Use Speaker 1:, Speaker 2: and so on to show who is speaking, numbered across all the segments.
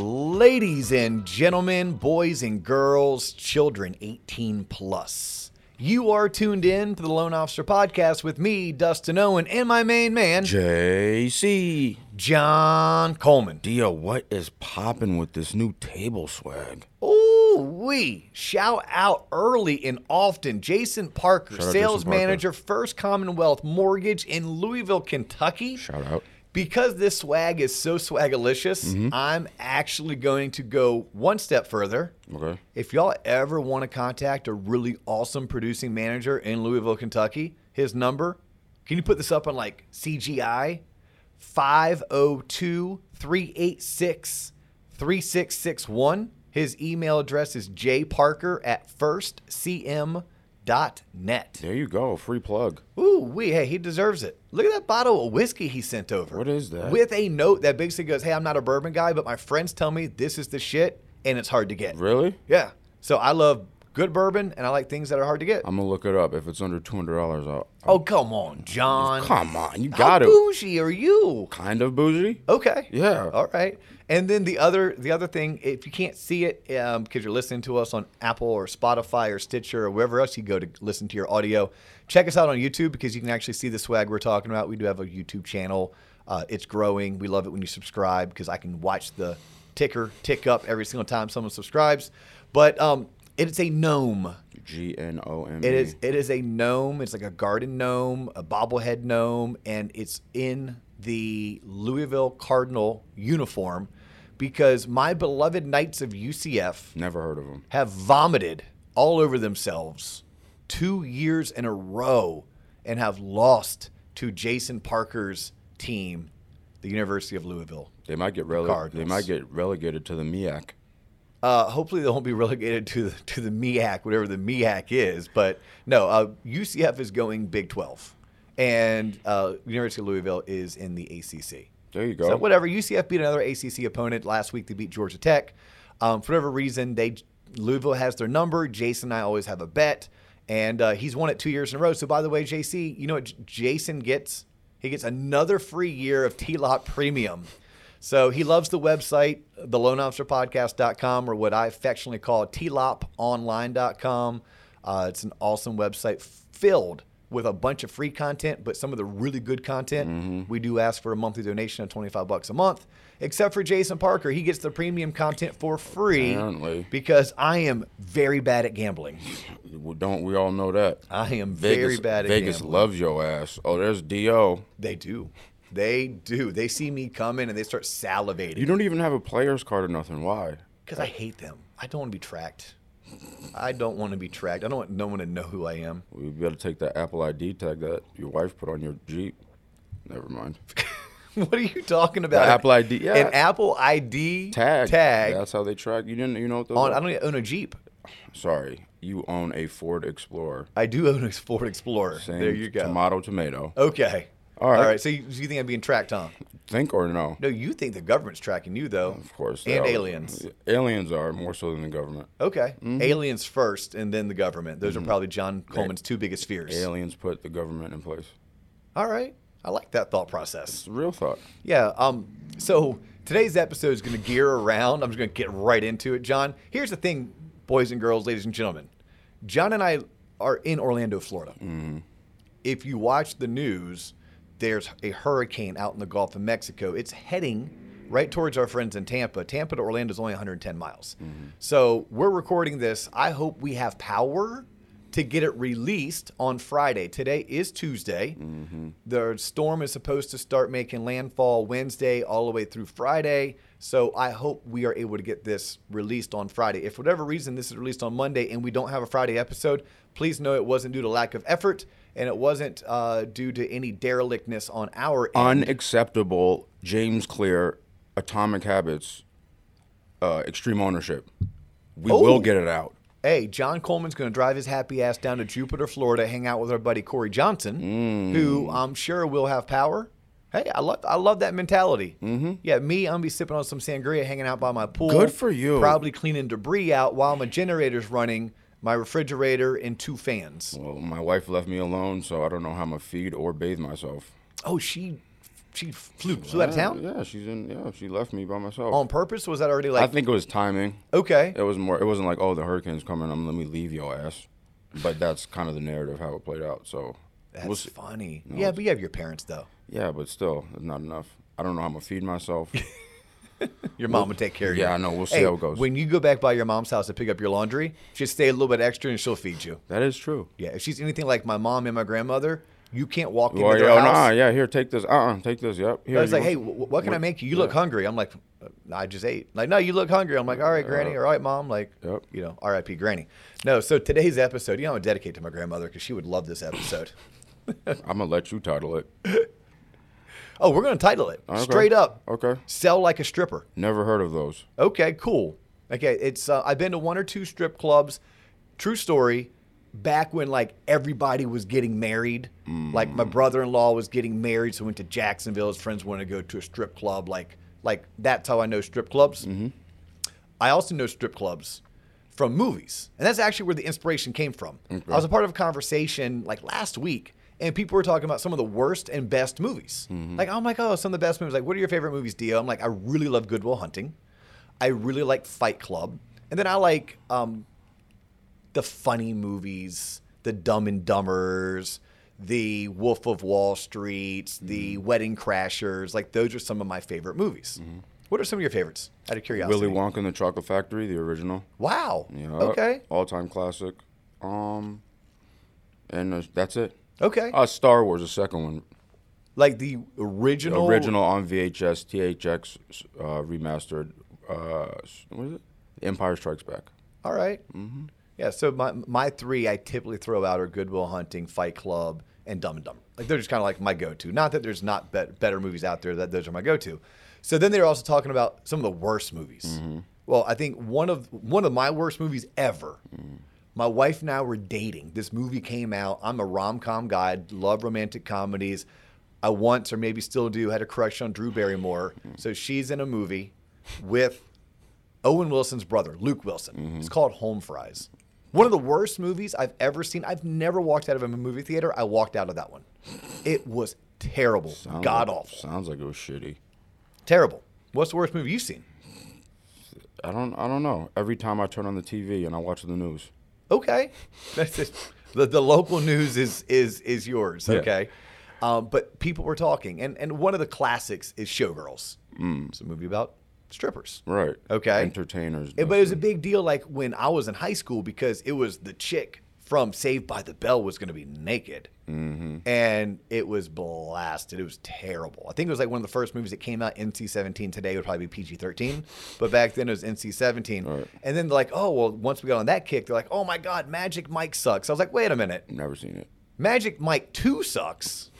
Speaker 1: Ladies and gentlemen, boys and girls, children 18 plus. You are tuned in to the Loan Officer Podcast with me, Dustin Owen, and my main man,
Speaker 2: JC.
Speaker 1: John Coleman.
Speaker 2: Dio, what is popping with this new table swag?
Speaker 1: Ooh, we shout out early and often Jason Parker,
Speaker 2: Shout out
Speaker 1: sales
Speaker 2: Jason Parker.
Speaker 1: manager, First Commonwealth Mortgage in Louisville, Kentucky.
Speaker 2: Shout out.
Speaker 1: Because this swag is so swagalicious,
Speaker 2: Mm-hmm.
Speaker 1: I'm actually going to go one step further.
Speaker 2: Okay.
Speaker 1: If y'all ever want to contact a really awesome producing manager in Louisville, Kentucky, his number, can you put this up on like CGI? 502 386 3661. His email address is jparker at firstcm.net.
Speaker 2: There you go. Free plug.
Speaker 1: Ooh, wee, hey, he deserves it. Look at that bottle of whiskey he sent over.
Speaker 2: What is that?
Speaker 1: With a note that basically goes, hey, I'm not a bourbon guy, but my friends tell me this is the shit and it's hard to get.
Speaker 2: Really?
Speaker 1: Yeah. So I love good bourbon and I like things that are hard to get.
Speaker 2: I'm gonna look it up. If it's under two hundred dollars, I'll.
Speaker 1: oh, come on, John.
Speaker 2: Come on, you
Speaker 1: How
Speaker 2: got it.
Speaker 1: bougie are you?
Speaker 2: Kind of bougie.
Speaker 1: Okay.
Speaker 2: Yeah.
Speaker 1: All right. And then the other the other thing, if you can't see it because you're listening to us on Apple or Spotify or Stitcher or wherever else you go to listen to your audio, check us out on YouTube because you can actually see the swag we're talking about. We do have a YouTube channel. Uh, it's growing. We love it when you subscribe because I can watch the ticker tick up every single time someone subscribes. But um, it's a gnome.
Speaker 2: G N O M. E.
Speaker 1: It is. It is a gnome. It's like a garden gnome, a bobblehead gnome, and it's in the Louisville Cardinal uniform because my beloved Knights of UCF
Speaker 2: Never heard of him.
Speaker 1: have vomited all over themselves two years in a row and have lost to Jason Parker's team, the University of Louisville.
Speaker 2: They might get rele- They
Speaker 1: Cardinals.
Speaker 2: might get relegated to the E MIAC.
Speaker 1: Uh, hopefully, they won't be relegated to the, to the MEAC, whatever the MEAC is. But no, uh, UCF is going Big 12, and uh, University of Louisville is in the ACC.
Speaker 2: There you go.
Speaker 1: So whatever, UCF beat another ACC opponent last week. They beat Georgia Tech. Um, for whatever reason, they Louisville has their number. Jason and I always have a bet, and uh, he's won it two years in a row. So by the way, JC, you know what J- Jason gets? He gets another free year of T Lot Premium. So he loves the website, theloanofficerpodcast.com, or what I affectionately call tloponline.com. Uh, it's an awesome website filled with a bunch of free content, but some of the really good content.
Speaker 2: Mm-hmm.
Speaker 1: We do ask for a monthly donation of 25 bucks a month, except for Jason Parker. He gets the premium content for free
Speaker 2: Apparently.
Speaker 1: because I am very bad at gambling.
Speaker 2: Well, Don't we all know that?
Speaker 1: I am
Speaker 2: Vegas,
Speaker 1: very bad at
Speaker 2: Vegas
Speaker 1: gambling.
Speaker 2: loves your ass. Oh, there's Do.
Speaker 1: They do. They do. They see me coming and they start
Speaker 2: You
Speaker 1: salivating
Speaker 2: don't even have a player's card or nothing. Why?
Speaker 1: because I hate them. I don't want to be tracked. I don't want to be tracked. I don't want no one to know who I am.
Speaker 2: We better take that Apple ID tag that your wife put on your Jeep. Never mind.
Speaker 1: What are you talking about?
Speaker 2: The Apple ID, yeah.
Speaker 1: An Apple ID
Speaker 2: Tag.
Speaker 1: tag
Speaker 2: That's how they track. You didn't. You know what? Those
Speaker 1: on. uh,
Speaker 2: are?
Speaker 1: I don't even own a Jeep.
Speaker 2: Sorry, you own a Ford Explorer.
Speaker 1: I do own a Ford Explorer.
Speaker 2: Same
Speaker 1: there you go.
Speaker 2: Tomato, tomato.
Speaker 1: Okay.
Speaker 2: All right.
Speaker 1: All right. So you, so you think I'm being tracked, Tom?
Speaker 2: Think or no?
Speaker 1: No, you think the government's tracking you, though.
Speaker 2: Of course. they
Speaker 1: And
Speaker 2: are-
Speaker 1: aliens.
Speaker 2: Aliens are more so than the government.
Speaker 1: Okay.
Speaker 2: Mm-hmm.
Speaker 1: Aliens first, and then the government. Those are probably John Coleman's two biggest fears.
Speaker 2: Aliens put the government in place.
Speaker 1: All right. I like that thought process.
Speaker 2: It's a real thought.
Speaker 1: Yeah. Um. So today's episode is going to gear around. I'm just going to get right into it, John. Here's the thing, boys and girls, ladies and gentlemen. John and I are in Orlando, Florida. If you watch the news, there's a hurricane out in the Gulf of Mexico. It's heading right towards our friends in Tampa. Tampa to Orlando is only 110 miles. So we're recording this. I hope we have power to get it released on Friday. Today is Tuesday. The storm is supposed to start making landfall Wednesday all the way through Friday. So I hope we are able to get this released on Friday. If for whatever reason this is released on Monday and we don't have a Friday episode, please know it wasn't due to lack of effort and it wasn't uh, due to any derelictness on our end.
Speaker 2: Unacceptable. James Clear, Atomic Habits, uh, Extreme Ownership. We
Speaker 1: Oh.
Speaker 2: will get it out.
Speaker 1: hey, John Coleman's going to drive his happy ass down to Jupiter, Florida, hang out with our buddy Corey
Speaker 2: Mm.
Speaker 1: Johnson, who I'm sure will have power. Hey, I love I love that mentality. Mm-hmm. Yeah, me, I'm gonna be sipping on some sangria, hanging out by my pool.
Speaker 2: Good for you.
Speaker 1: Probably cleaning debris out while my generator's running, my refrigerator, and two fans.
Speaker 2: Well, my wife left me alone, so I don't know how I'm gonna feed or bathe myself.
Speaker 1: Oh, she she flew flew out of town
Speaker 2: Yeah, she's in. Yeah, she left me by myself.
Speaker 1: on purpose. Was that already like
Speaker 2: I think it was timing.
Speaker 1: okay?
Speaker 2: It was more. It wasn't like, oh, the hurricane's coming. I'm let me leave your ass. But that's kind of the narrative how it played out. So,
Speaker 1: That's
Speaker 2: we'll see.
Speaker 1: funny. yeah, but you have your parents though.
Speaker 2: yeah, but still, it's not enough. I don't know how I'm gonna feed myself.
Speaker 1: Your mom would take care of you.
Speaker 2: yeah, I know. We'll see
Speaker 1: Hey,
Speaker 2: how it goes.
Speaker 1: When you go back by your mom's house to pick up your laundry, she'll stay a little bit extra and she'll feed you.
Speaker 2: that is true.
Speaker 1: Yeah, if she's anything like my mom and my grandmother, you can't walk into
Speaker 2: Well,
Speaker 1: their
Speaker 2: yo,
Speaker 1: house.
Speaker 2: nah, yeah. Here, take this. Uh, uh take this. Yep. Here,
Speaker 1: I was
Speaker 2: you
Speaker 1: like, hey,
Speaker 2: want-
Speaker 1: w- what can I make you? You look hungry. I'm like, "Uh, I just ate. Like, no, you look hungry. I'm like, all right, Granny. All right, Mom. Like,
Speaker 2: Yep.
Speaker 1: you know, R.I.P. Granny. No, so today's episode, you know, I'm gonna dedicate to my grandmother because she would love this episode.
Speaker 2: I'm gonna let you title it.
Speaker 1: oh, we're gonna title it
Speaker 2: Okay.
Speaker 1: straight up.
Speaker 2: Okay.
Speaker 1: Sell like a stripper.
Speaker 2: Never heard of those.
Speaker 1: Okay, cool. Okay, it's uh, I've been to one or two strip clubs. True story. Back when like everybody was getting married, like my brother-in-law was getting married, so went to Jacksonville. His friends wanted to go to a strip club, like like that's how I know strip clubs. I also know strip clubs from movies, and that's actually where the inspiration came from. I was a part of a conversation like last week, and people were talking about some of the worst and best movies. Like, I'm like, oh, some of the best movies. Like, what are your favorite movies, Dio? I'm like, I really love Goodwill Hunting. I really like Fight Club, and then I like um, the funny movies, the Dumb and Dumbers, the Wolf of Wall Street, the Wedding Crashers. Like, those are some of my favorite movies. What are some of your favorites? Out of curiosity.
Speaker 2: Willy Wonka and the Chocolate Factory, the original.
Speaker 1: Wow.
Speaker 2: Yeah.
Speaker 1: Okay.
Speaker 2: All time classic. Um, and uh, that's it.
Speaker 1: Okay.
Speaker 2: Uh, Star Wars, the second one,
Speaker 1: like the original.
Speaker 2: original on VHS, THX uh, remastered. Uh, s- what is it? Empire Strikes Back.
Speaker 1: All Mm-hmm. Yeah. So my my three I typically throw out are Goodwill Hunting, Fight Club, and Dumb and Dumber. Like they're just kind of like my go-to. Not that there's not bet better movies out there. That those are my go-to. So then they're also talking about some of the worst movies. Well, I think one of one of my worst movies ever. My wife and I were dating. This movie came out. I'm a rom-com guy. I Love romantic comedies. I once, or maybe still do, had a crush on Drew Barrymore. So she's in a movie with Owen Wilson's brother, Luke Wilson.
Speaker 2: Mm-hmm.
Speaker 1: It's called Home Fries. One of the worst movies I've ever seen. I've never walked out of a movie theater. I walked out of that one. It was terrible,
Speaker 2: Sounds
Speaker 1: god
Speaker 2: like-
Speaker 1: awful,
Speaker 2: Sounds like it was shitty.
Speaker 1: terrible. What's the worst movie you've seen?
Speaker 2: I don't. I don't know. Every time I turn on the TV and I watch the news.
Speaker 1: Okay, that's it. The, the local news is is is yours. Okay, um, but people were talking, and and one of the classics is Showgirls.
Speaker 2: Mm.
Speaker 1: It's a movie about strippers.
Speaker 2: Right.
Speaker 1: Okay.
Speaker 2: Entertainers.
Speaker 1: Yeah, but it was a big deal like when I was in high school because it was the chick from Saved by the Bell was going to be naked. Mm-hmm. And it was blasted. It was terrible. I think it was like one of the first movies that came out NC 17. Today would probably be PG 13, but back then it was NC 17. And then they're like, oh, well, once we got on that kick, they're like, oh my God, Magic Mike sucks. I was like, wait a minute.
Speaker 2: Never seen it.
Speaker 1: Magic Mike 2 sucks,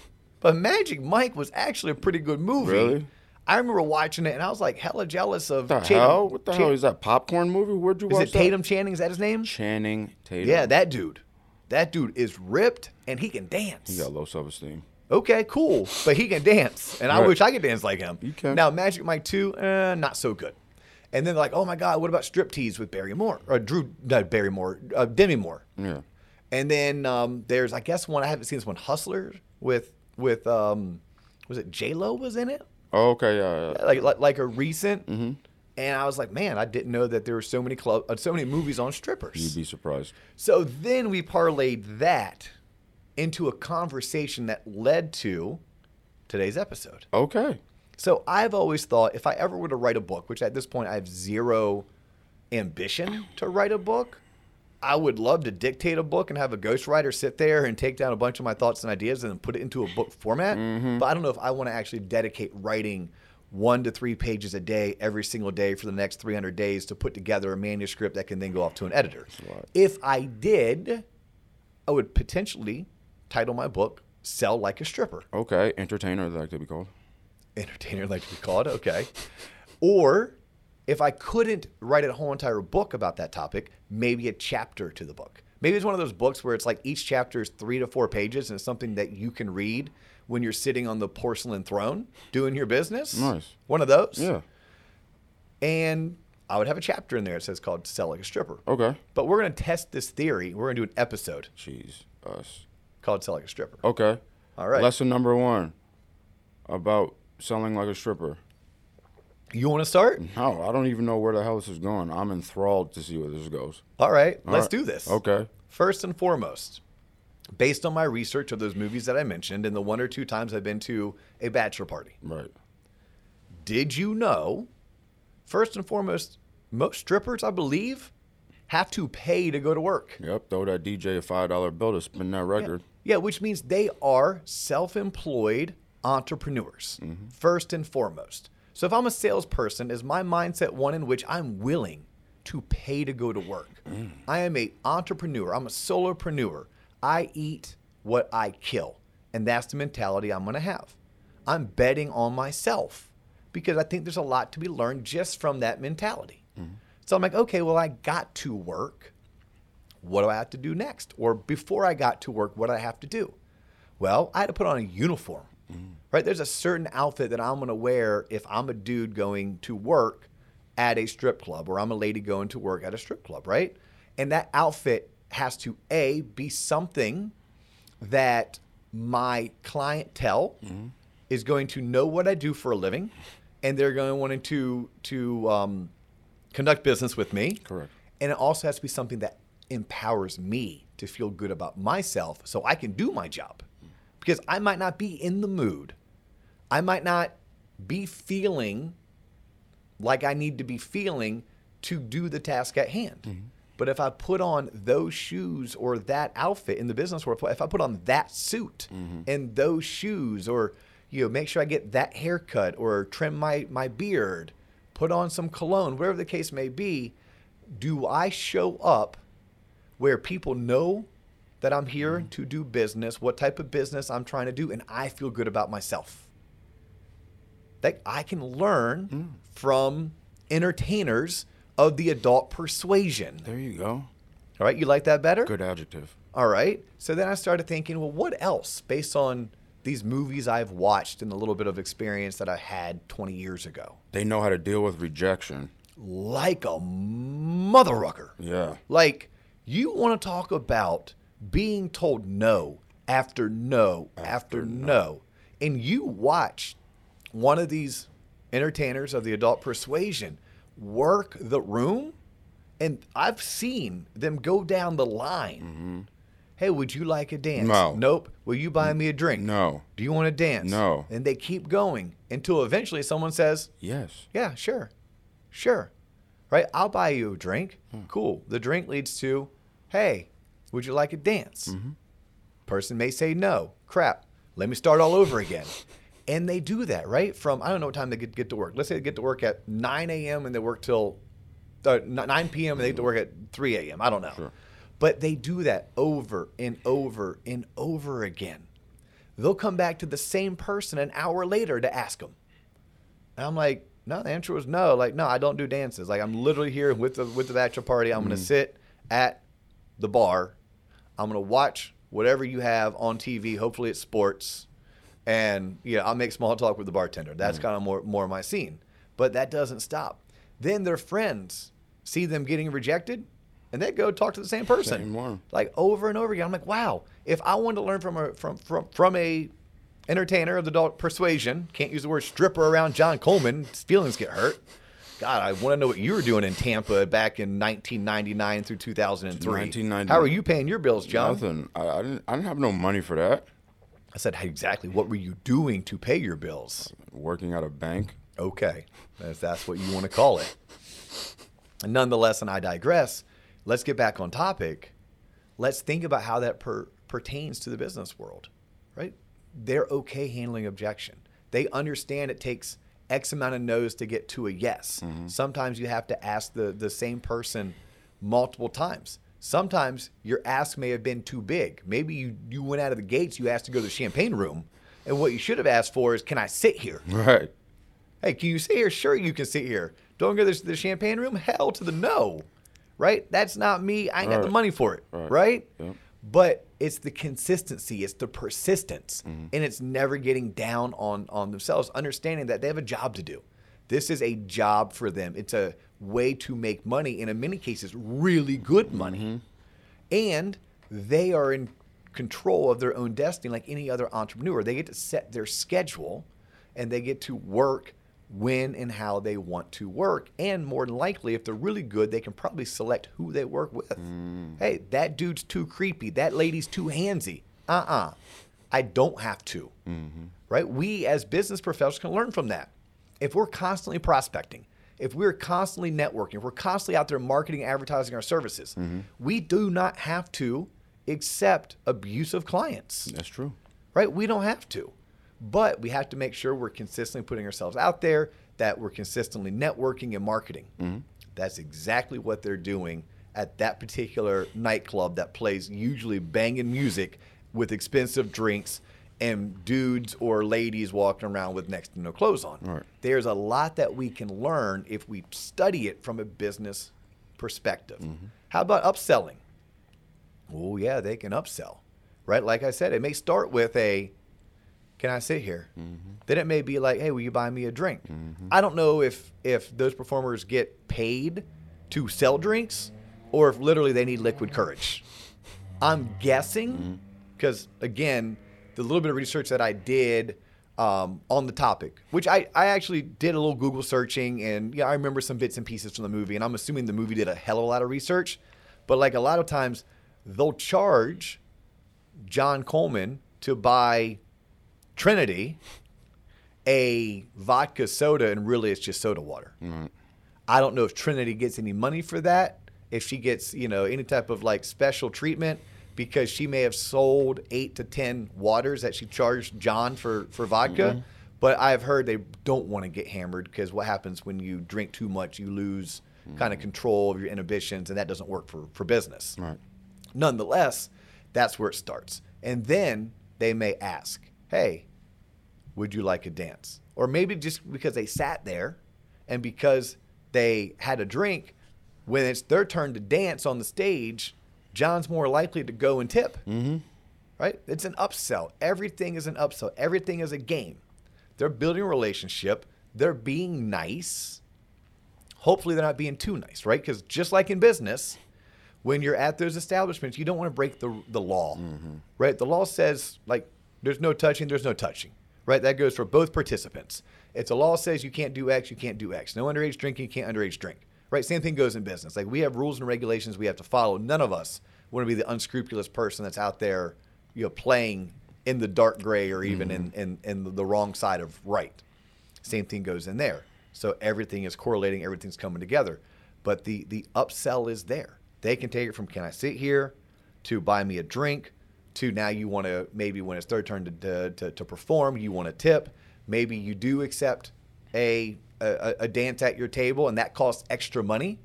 Speaker 1: but Magic Mike was actually a pretty good movie.
Speaker 2: Really?
Speaker 1: I remember watching it and I was like hella jealous of
Speaker 2: The
Speaker 1: Tatum-
Speaker 2: hell? What the
Speaker 1: Tatum-
Speaker 2: hell is that popcorn movie? Where'd you
Speaker 1: is
Speaker 2: watch
Speaker 1: it Tatum Channing? Is that his name?
Speaker 2: that? Channing Tatum.
Speaker 1: Yeah, that dude. That dude is ripped and he can dance.
Speaker 2: He got low self esteem.
Speaker 1: Okay, cool. But he can dance. And I
Speaker 2: Right.
Speaker 1: wish I could dance like him.
Speaker 2: You can.
Speaker 1: Now, Magic Mike 2, eh, not so good. And then, like, oh my God, what about striptease with Barry Moore? Or Drew, not Barry Moore, uh, Demi Moore.
Speaker 2: Yeah.
Speaker 1: And then um, there's, I guess, one, I haven't seen this one, Hustler with, with um, was it J Lo was in it?
Speaker 2: Oh, okay. Yeah. yeah.
Speaker 1: like like, like a recent.
Speaker 2: Mm-hmm.
Speaker 1: And I was like, man, I didn't know that there were so many club, uh, so many movies on strippers.
Speaker 2: You'd be surprised.
Speaker 1: So then we parlayed that into a conversation that led to today's episode.
Speaker 2: Okay.
Speaker 1: So I've always thought if I ever were to write a book, which at this point I have zero ambition to write a book, I would love to dictate a book and have a ghostwriter sit there and take down a bunch of my thoughts and ideas and then put it into a book format. But I don't know if I want to actually dedicate writing one to three pages a day every single day for the next 300 days to put together a manuscript that can then go off to an editor. If I did, I would potentially title my book Sell Like a Stripper
Speaker 2: Okay. Entertainer, that could be called.
Speaker 1: entertainer like to be called okay or if i couldn't write a whole entire book about that topic maybe a chapter to the book maybe it's one of those books where it's like each chapter is three to four pages and it's something that you can read when you're sitting on the porcelain throne doing your business
Speaker 2: Nice.
Speaker 1: one of those
Speaker 2: Yeah.
Speaker 1: and i would have a chapter in there that says called sell like a stripper
Speaker 2: Okay.
Speaker 1: but we're going to test this theory we're going to do an episode
Speaker 2: Jeez. Us. Oh.
Speaker 1: called sell like a stripper
Speaker 2: Okay.
Speaker 1: All right.
Speaker 2: Lesson number one about selling like a stripper.
Speaker 1: You want to start?
Speaker 2: No, I don't even know where the hell this is going. I'm enthralled to see where this goes.
Speaker 1: All right,
Speaker 2: All
Speaker 1: let's
Speaker 2: right.
Speaker 1: do this.
Speaker 2: Okay.
Speaker 1: First and foremost, based on my research of those movies that I mentioned and the one or two times I've been to a bachelor party,
Speaker 2: Right.
Speaker 1: did you know? First and foremost, most strippers, I believe, have to pay to go to work.
Speaker 2: Yep. Throw that DJ a five dollar bill to spin that record.
Speaker 1: Yeah, which means they are self employed entrepreneurs, first and foremost. So if I'm a salesperson, is my mindset one in which I'm willing to pay to go to work? I am a entrepreneur, I'm a solopreneur. I eat what I kill. And that's the mentality I'm gonna have. I'm betting on myself because I think there's a lot to be learned just from that mentality. So I'm like, okay, well, I got to work what do I have to do next? Or before I got to work, what do I have to do? Well, I had to put on a uniform, right? There's a certain outfit that I'm going to wear if I'm a dude going to work at a strip club or I'm a lady going to work at a strip club, right? And that outfit has to A, be something that my clientele is going to know what I do for a living and they're going to want to, to um, conduct business with me.
Speaker 2: Correct.
Speaker 1: And it also has to be something that empowers me to feel good about myself so I can do my job. Because I might not be in the mood. I might not be feeling like I need to be feeling to do the task at hand. But if I put on those shoes or that outfit in the business world, if I put on that suit and those shoes, or you know, make sure I get that haircut or trim my my beard, put on some cologne, whatever the case may be, do I show up where people know that I'm here
Speaker 2: Mm-hmm.
Speaker 1: to do business, what type of business I'm trying to do, and I feel good about myself? that I can learn
Speaker 2: Mm.
Speaker 1: from entertainers of the adult persuasion.
Speaker 2: There you go.
Speaker 1: All right, you like that better?
Speaker 2: Good adjective.
Speaker 1: All right. So then I started thinking, well, what else based on these movies I've watched and the little bit of experience that I had 20 years ago?
Speaker 2: They know how to deal with rejection.
Speaker 1: Like a mother rucker.
Speaker 2: Yeah.
Speaker 1: Like, you want to talk about being told no after no after, no. And you watch one of these entertainers of the adult persuasion work the room. And I've seen them go down the line. Hey, would you like a dance?
Speaker 2: Mm-hmm. No.
Speaker 1: Nope. Will you buy me a drink?
Speaker 2: No.
Speaker 1: Do you want to dance?
Speaker 2: No.
Speaker 1: And they keep going until eventually someone says,
Speaker 2: Yes.
Speaker 1: yeah, sure. Sure. Right? I'll buy you a drink. Cool. The drink leads to, hey, would you like a dance? Person may say no. Crap. Let me start all over again. And they do that, right? From, I don't know what time they get, get to work. Let's say they get to work at 9 a.m. and they work till uh, 9 p.m. and they get to work at 3 a.m. I don't know. But they do that over and over and over again. They'll come back to the same person an hour later to ask them. And I'm like, no, the answer was no. Like, no, I don't do dances. Like, I'm literally here with the with the bachelor party. I'm gonna sit at the bar. I'm gonna watch whatever you have on TV. Hopefully, it's sports. And yeah, I'll make small talk with the bartender.
Speaker 2: Mm.
Speaker 1: That's kind of more more my scene. But that doesn't stop. Then their friends see them getting rejected, and they go talk to the same person
Speaker 2: Same one.
Speaker 1: like over and over again. I'm like, wow, if I wanted to learn from a from from from a entertainer of the adult persuasion, can't use the word stripper around John Coleman, his feelings get hurt. God, I want to know what you were doing in Tampa back in 1999 through 2003.
Speaker 2: 1990.
Speaker 1: How are you paying your bills, John?
Speaker 2: Nothing. I, I didn't. I didn't have no money for that.
Speaker 1: I said, hey, exactly. What were you doing to pay your bills?
Speaker 2: Working at a bank.
Speaker 1: Okay, if that's what you want to call it. Nonetheless, and I digress. Let's get back on topic. Let's think about how that per- pertains to the business world, right? They're okay handling objection. They understand it takes X amount of no's to get to a yes. Sometimes you have to ask the, the same person multiple times. Sometimes your ask may have been too big. Maybe you, you went out of the gates, you asked to go to the champagne room, and what you should have asked for is, can I sit here?
Speaker 2: Right.
Speaker 1: Hey, can you sit here? Sure, you can sit here. Don't go to the champagne room? Hell to the no. Right? That's not me. I ain't got the
Speaker 2: Right.
Speaker 1: money for it. Right?
Speaker 2: Right. Yep.
Speaker 1: But it's the consistency, it's the persistence,
Speaker 2: Mm-hmm.
Speaker 1: and it's never getting down on, on themselves, understanding that they have a job to do. This is a job for them. It's a way to make money, and in many cases, really good money
Speaker 2: Mm-hmm.
Speaker 1: and they are in control of their own destiny like any other entrepreneur. They get to set their schedule and they get to work when and how they want to work. And more than likely, if they're really good, they can probably select who they work with. Hey, that dude's too creepy. That lady's too handsy. Uh uh I don't have to. Right? We as business professionals can learn from that. If we're constantly prospecting, if we're constantly networking, if we're constantly out there marketing, advertising our services, we do not have to accept abusive clients
Speaker 2: That's true.
Speaker 1: right? We don't have to, but we have to make sure we're consistently putting ourselves out there, that we're consistently networking and marketing. That's exactly what they're doing at that particular nightclub that plays usually banging music with expensive drinks and dudes or ladies walking around with next to no clothes on.
Speaker 2: Right.
Speaker 1: There's a lot that we can learn if we study it from a business perspective. How about upselling? Oh yeah, they can upsell, right? Like I said, it may start with a, "Can I sit here?" Then it may be like, "Hey, will you buy me a drink?" I don't know if if those performers get paid to sell drinks, or if literally they need liquid courage. I'm guessing, because again, the little bit of research that I did um, on the topic, which I, I actually did a little Google searching, and yeah, I remember some bits and pieces from the movie, and I'm assuming the movie did a hell of a lot of research, but like a lot of times, they'll charge John Coleman to buy Trinity a vodka soda, and really it's just soda water. I don't know if Trinity gets any money for that, if she gets, you know, any type of like special treatment because she may have sold eight to 10 waters that she charged John for, for vodka. But I've heard they don't want to get hammered because what happens when you drink too much, you lose kind of control of your inhibitions, and that doesn't work for, for business.
Speaker 2: Right.
Speaker 1: Nonetheless, that's where it starts. And then they may ask, hey, would you like a dance? Or maybe just because they sat there and because they had a drink, when it's their turn to dance on the stage, John's more likely to go and tip. Mm-hmm. Right? It's an upsell. Everything is an upsell, everything is a game. They're building a relationship, they're being nice. Hopefully, they're not being too nice, right? Because just like in business, when you're at those establishments, you don't want to break the, the law, right? The law says, like, there's no touching, there's no touching, right? That goes for both participants. If the law says you can't do X, you can't do X. No underage drinking, you can't underage drink, right? Same thing goes in business. Like, we have rules and regulations we have to follow. None of us want to be the unscrupulous person that's out there, you know, playing in the dark gray or even in, in, in the wrong side of right. Same thing goes in there. So everything is correlating, everything's coming together. But the the upsell is there. They can take it from can I sit here to buy me a drink to now you want to maybe when it's third turn to, to, to, to perform, you want to tip. Maybe you do accept a, a a dance at your table and that costs extra money.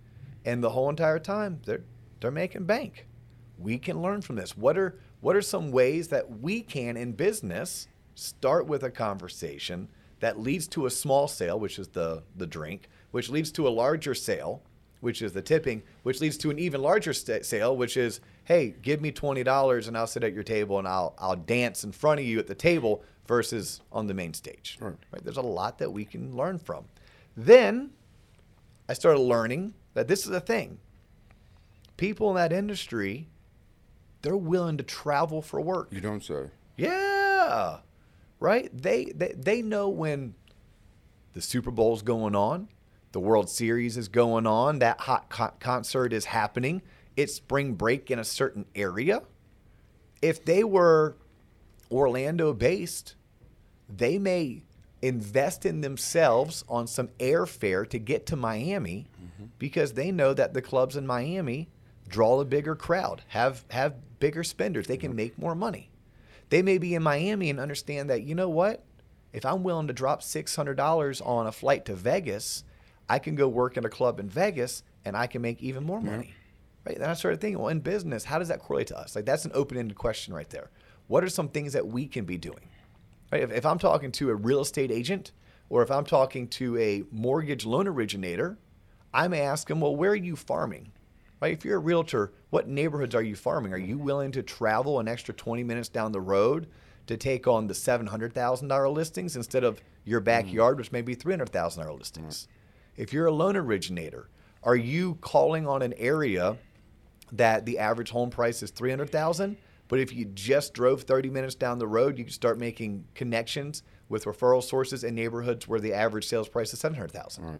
Speaker 1: And the whole entire time they're they're making bank. We can learn from this. What are what are some ways that we can in business start with a conversation that leads to a small sale, which is the the drink, which leads to a larger sale, which is the tipping, which leads to an even larger sta sale, which is hey, give me twenty dollars and I'll sit at your table and I'll I'll dance in front of you at the table versus on the main stage.
Speaker 2: Right.
Speaker 1: right? There's a lot that we can learn from. Then I started learning that this is a thing. People in that industry, they're willing to travel for work.
Speaker 2: You don't say.
Speaker 1: Yeah. Right? They they, they know when the Super Bowl's going on, the World Series is going on, that hot co- concert is happening, it's spring break in a certain area. If they were Orlando based, they may invest in themselves on some airfare to get to Miami because they know that the clubs in Miami draw a bigger crowd, have have bigger spenders, they can make more money. They may be in Miami and understand that you know what? If I'm willing to drop $600 on a flight to Vegas, I can go work in a club in Vegas and I can make even more money. Right? And I started thinking, well, in business, how does that correlate to us? Like, that's an open ended question right there. What are some things that we can be doing? Right? If, if I'm talking to a real estate agent or if I'm talking to a mortgage loan originator, I may ask them, well, where are you farming? Right? If you're a realtor, what neighborhoods are you farming? Are you willing to travel an extra 20 minutes down the road to take on the $700,000 listings instead of your backyard, which may be $300,000 listings? If you're a loan originator, are you calling on an area that the average home price is 300,000, but if you just drove 30 minutes down the road, you could start making connections with referral sources in neighborhoods where the average sales price is seven hundred thousand.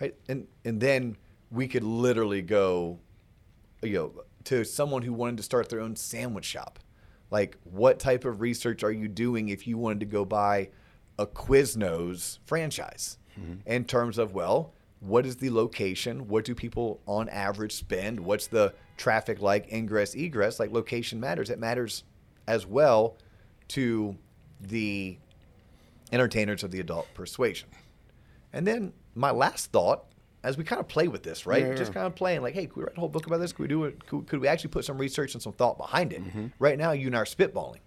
Speaker 1: Right. And and then we could literally go, you know, to someone who wanted to start their own sandwich shop. Like, what type of research are you doing if you wanted to go buy a Quiznos franchise? In terms of well, what is the location? What do people on average spend? What's the traffic like? Ingress, egress. Like location matters. It matters as well to the entertainers of the adult persuasion. And then my last thought, as we kind of play with this, right?
Speaker 2: Yeah,
Speaker 1: Just
Speaker 2: yeah.
Speaker 1: kind of playing, like, hey, could we write a whole book about this? Could we do it? Could, could we actually put some research and some thought behind it?
Speaker 2: Mm-hmm.
Speaker 1: Right now, you and I are spitballing,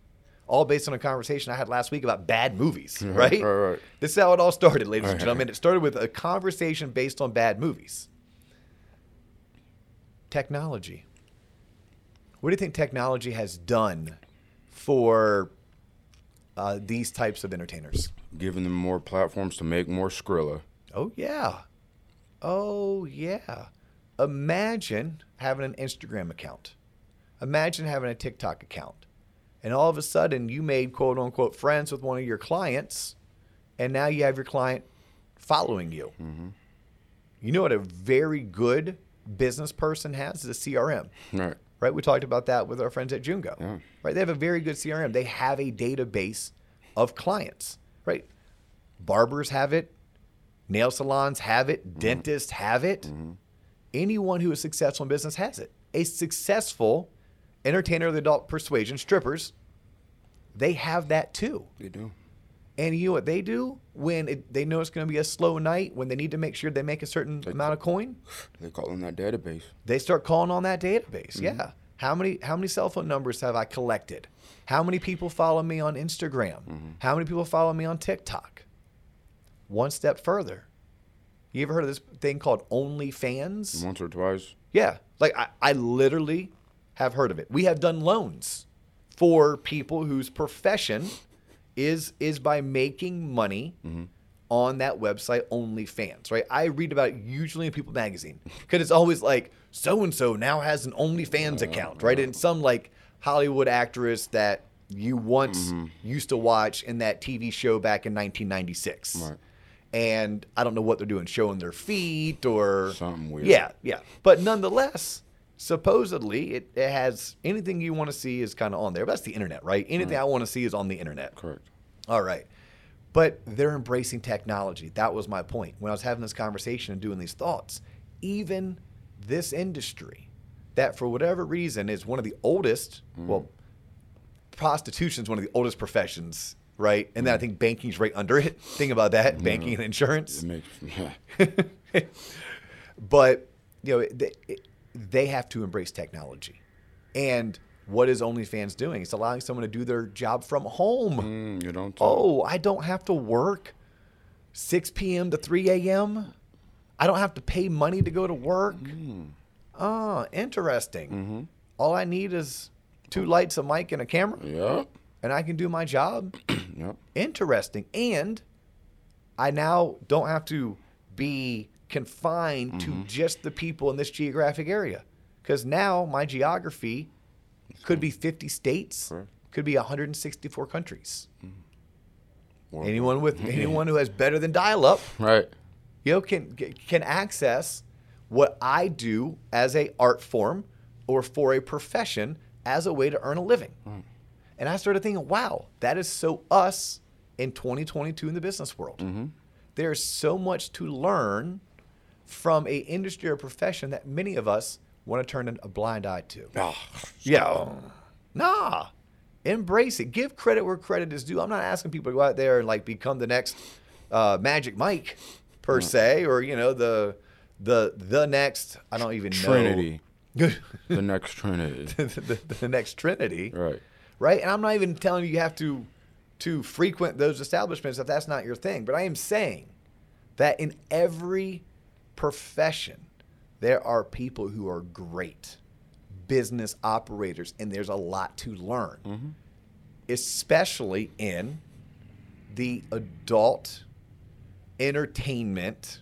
Speaker 1: all based on a conversation I had last week about bad movies, right?
Speaker 2: Mm-hmm. right, right.
Speaker 1: This is how it all started, ladies and gentlemen. It started with a conversation based on bad movies. Technology. What do you think technology has done for uh, these types of entertainers?
Speaker 2: Giving them more platforms to make more Skrilla.
Speaker 1: Oh yeah. Oh yeah. Imagine having an Instagram account. Imagine having a TikTok account. And all of a sudden you made quote unquote friends with one of your clients and now you have your client following you. You know what a very good business person has is a CRM
Speaker 2: Right.
Speaker 1: right? We talked about that with our friends at Jungo, right? They have a very good CRM. They have a database of clients, right? Barbers have it, nail salons have it, dentists have it. Anyone who is successful in business has it. A successful entertainer of the adult persuasion, strippers, they have that too.
Speaker 2: They do.
Speaker 1: And you know what they do when it, they know it's going to be a slow night, when they need to make sure they make a certain amount of coin?
Speaker 2: They call in that database.
Speaker 1: they start calling on that database. Yeah. How many how many cell phone numbers have I collected? How many people follow me on Instagram? How many people follow me on TikTok? One step further. You ever heard of this thing called OnlyFans?
Speaker 2: Once or twice.
Speaker 1: Yeah. Like I, I literally have heard of it. We have done loans for people whose profession is is by making money
Speaker 2: Mm-hmm.
Speaker 1: on that website OnlyFans, right? I read about it usually in People magazine because it's always like so and so now has an OnlyFans
Speaker 2: Uh-huh,
Speaker 1: account, right? And some like Hollywood actress that you once
Speaker 2: Mm-hmm.
Speaker 1: used to watch in that TV show back in 1996.
Speaker 2: Right.
Speaker 1: And I don't know what they're doing, showing their feet or
Speaker 2: Something weird.
Speaker 1: Yeah, yeah. But nonetheless, supposedly it, it has anything you want to see is kind of on there. But that's the internet, right? Anything I want to see is on the internet.
Speaker 2: Correct.
Speaker 1: All right. But they're embracing technology. That was my point. When I was having this conversation and doing these thoughts, even this industry that for whatever reason is one of the oldest, well, prostitution is one of the oldest professions, right? And then I think banking's right under it. Think about that, banking and insurance
Speaker 2: It makes.
Speaker 1: but you know they, they have to embrace technology and what is onlyfans doing it's allowing someone to do their job from home
Speaker 2: Mm, you don't. Talk.
Speaker 1: oh i don't have to work 6 p.m to 3 a.m i don't have to pay money to go to work ah interesting all i need is two lights a mic and a camera
Speaker 2: Yep.
Speaker 1: and i can do my job
Speaker 2: Yep.
Speaker 1: interesting and i now don't have to be confined to just the people in this geographic area because now my geography could be 50 states
Speaker 2: Correct.
Speaker 1: could be 164 countries
Speaker 2: Well-
Speaker 1: anyone with anyone who has better than dial-up
Speaker 2: Right.
Speaker 1: you know, can can access what I do as a art form or for a profession as a way to earn a living. And I started thinking, wow, that is so us in 2022 in the business world. There's so much to learn from a industry or profession that many of us want to turn a blind eye to.
Speaker 2: Ah.
Speaker 1: Yeah. Nah. Embrace it. Give credit where credit is due. I'm not asking people to go out there and like become the next uh, Magic Mike per
Speaker 2: Mm.
Speaker 1: se, or you know the the the next I don't even
Speaker 2: Trinity.
Speaker 1: know
Speaker 2: the next Trinity.
Speaker 1: the, the next Trinity,
Speaker 2: Right.
Speaker 1: right? And I'm not even telling you you have to to frequent those establishments if that's not your thing. But I am saying that in every profession, there are people who are great business operators, and there's a lot to learn, especially in the adult entertainment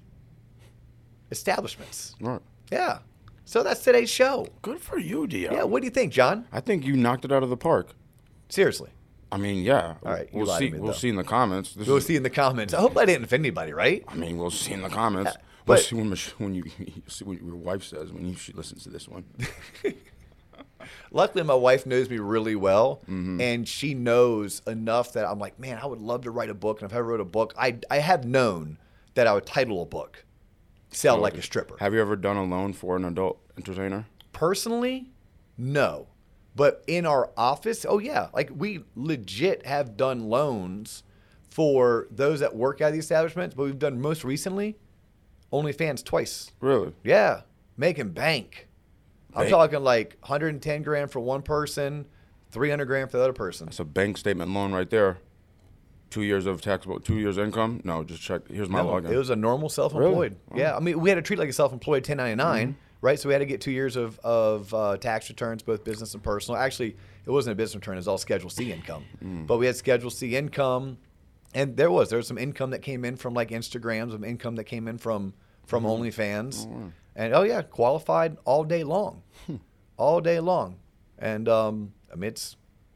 Speaker 1: establishments.
Speaker 2: Right.
Speaker 1: Yeah. So that's today's show.
Speaker 2: Good for you, Dio.
Speaker 1: Yeah. What do you think, John?
Speaker 2: I think you knocked it out of the park.
Speaker 1: Seriously.
Speaker 2: I mean, yeah.
Speaker 1: All right, you
Speaker 2: we'll
Speaker 1: lied to
Speaker 2: see.
Speaker 1: me,
Speaker 2: we'll
Speaker 1: though.
Speaker 2: see in the comments. This
Speaker 1: Go
Speaker 2: is-
Speaker 1: see in the comments. I hope I didn't offend anybody, right?
Speaker 2: I mean, we'll see in the comments.
Speaker 1: but-
Speaker 2: we'll see when, Mich- when you you'll see what your wife says when you, she listens to this one.
Speaker 1: Luckily, my wife knows me really well, and she knows enough that I'm like, man, I would love to write a book. And if I wrote a book, I I have known that I would title a book, "Sell Like a Stripper."
Speaker 2: Have you ever done a loan for an adult entertainer?
Speaker 1: Personally, no. But in our office, oh yeah, like we legit have done loans for those that work at the establishments, but we've done most recently OnlyFans twice.
Speaker 2: Really?
Speaker 1: Yeah, making bank. I'm
Speaker 2: Bank.
Speaker 1: talking like 110 grand for one person, 300 grand for the other person.
Speaker 2: It's a bank statement loan right there. Two years of taxable, two years income. No, just check. Here's my
Speaker 1: No,
Speaker 2: login.
Speaker 1: it was a normal self-employed. Yeah, I mean, we had to treat it like a self-employed 1099,
Speaker 2: Mm-hmm.
Speaker 1: right? So we had to get two years of of uh, tax returns, both business and personal. Actually, it wasn't a business return; it was all Schedule C income.
Speaker 2: Mm.
Speaker 1: But we had Schedule C income, and there was there was some income that came in from like Instagram, some income that came in from from
Speaker 2: Mm-hmm.
Speaker 1: OnlyFans, and oh yeah, qualified all day long,
Speaker 2: Hmm.
Speaker 1: all day long, and um, I mean it's.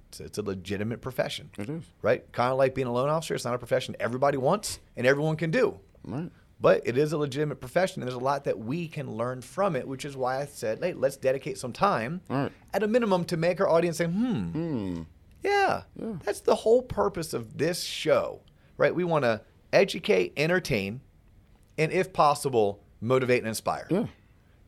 Speaker 1: It's, it's a legitimate profession. It
Speaker 2: is.
Speaker 1: Right? Kind of like being a loan officer. It's not a profession everybody wants and everyone can do.
Speaker 2: right.
Speaker 1: But it is a legitimate profession, and there's a lot that we can learn from it, which is why I said, hey, let's dedicate some time
Speaker 2: Right.
Speaker 1: at a minimum to make our audience say, hmm, Yeah, That's the whole purpose of this show, right? We want to educate, entertain, and if possible, motivate and inspire.
Speaker 2: Yeah.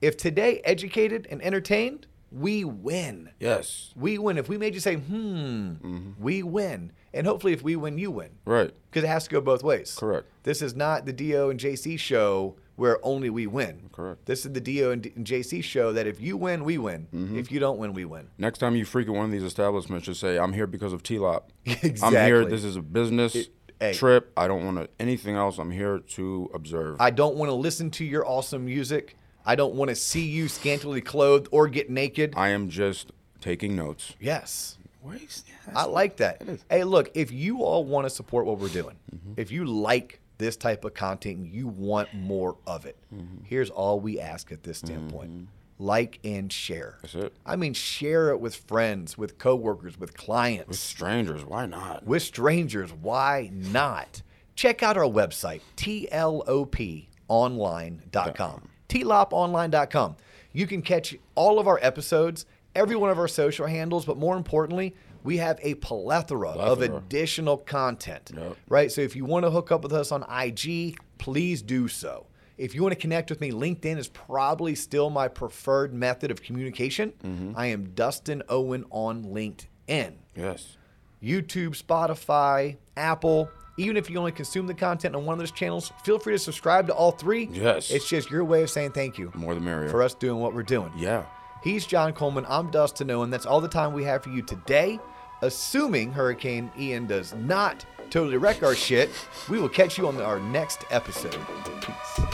Speaker 1: If today educated and entertained, we win.
Speaker 2: Yes.
Speaker 1: We win. If we made you say, hmm,
Speaker 2: Mm-hmm.
Speaker 1: we win. And hopefully, if we win, you win
Speaker 2: Right.
Speaker 1: because it has to go both ways.
Speaker 2: Correct.
Speaker 1: This is not the Do and JC show where only we win.
Speaker 2: Correct.
Speaker 1: This is the Do and D- and JC show that if you win, we win.
Speaker 2: Mm-hmm.
Speaker 1: If you don't win, we win.
Speaker 2: Next time you frequent one of these establishments, just say, "I'm here because of TLOP. I'm
Speaker 1: Exactly.
Speaker 2: here. This is a business
Speaker 1: hey.
Speaker 2: trip. I don't want to, anything else. I'm here to observe."
Speaker 1: I don't want to listen to your awesome music. I don't want to see you scantily clothed or get naked.
Speaker 2: I am just taking notes.
Speaker 1: yes.
Speaker 2: Wait,
Speaker 1: I like that. Hey, look, if you all want to support what we're doing,
Speaker 2: Mm-hmm.
Speaker 1: if you like this type of content and you want more of it,
Speaker 2: Mm-hmm.
Speaker 1: here's all we ask at this standpoint like and share.
Speaker 2: That's it.
Speaker 1: I mean, share it with friends, with coworkers, with clients,
Speaker 2: strangers. Why not?
Speaker 1: with strangers. Why not? Check out our website, tloponline.com. tloponline.com. You can catch all of our episodes, every one of our social handles, but more importantly, we have a plethora, of
Speaker 2: Plethora.
Speaker 1: additional content,
Speaker 2: Yep.
Speaker 1: right? So if you want to hook up with us on IG, please do so. If you want to connect with me, LinkedIn is probably still my preferred method of communication.
Speaker 2: Mm-hmm.
Speaker 1: I am Dustin Owen on LinkedIn.
Speaker 2: Yes.
Speaker 1: YouTube, Spotify, Apple. Even if you only consume the content on one of those channels, feel free to subscribe to all three.
Speaker 2: Yes.
Speaker 1: It's just your way of saying thank you
Speaker 2: More the merrier.
Speaker 1: for us doing what we're doing.
Speaker 2: Yeah.
Speaker 1: He's John Coleman. I'm Dustin Owen. That's all the time we have for you today. Assuming Hurricane Ian does not totally wreck our shit, we will catch you on our next episode. Peace.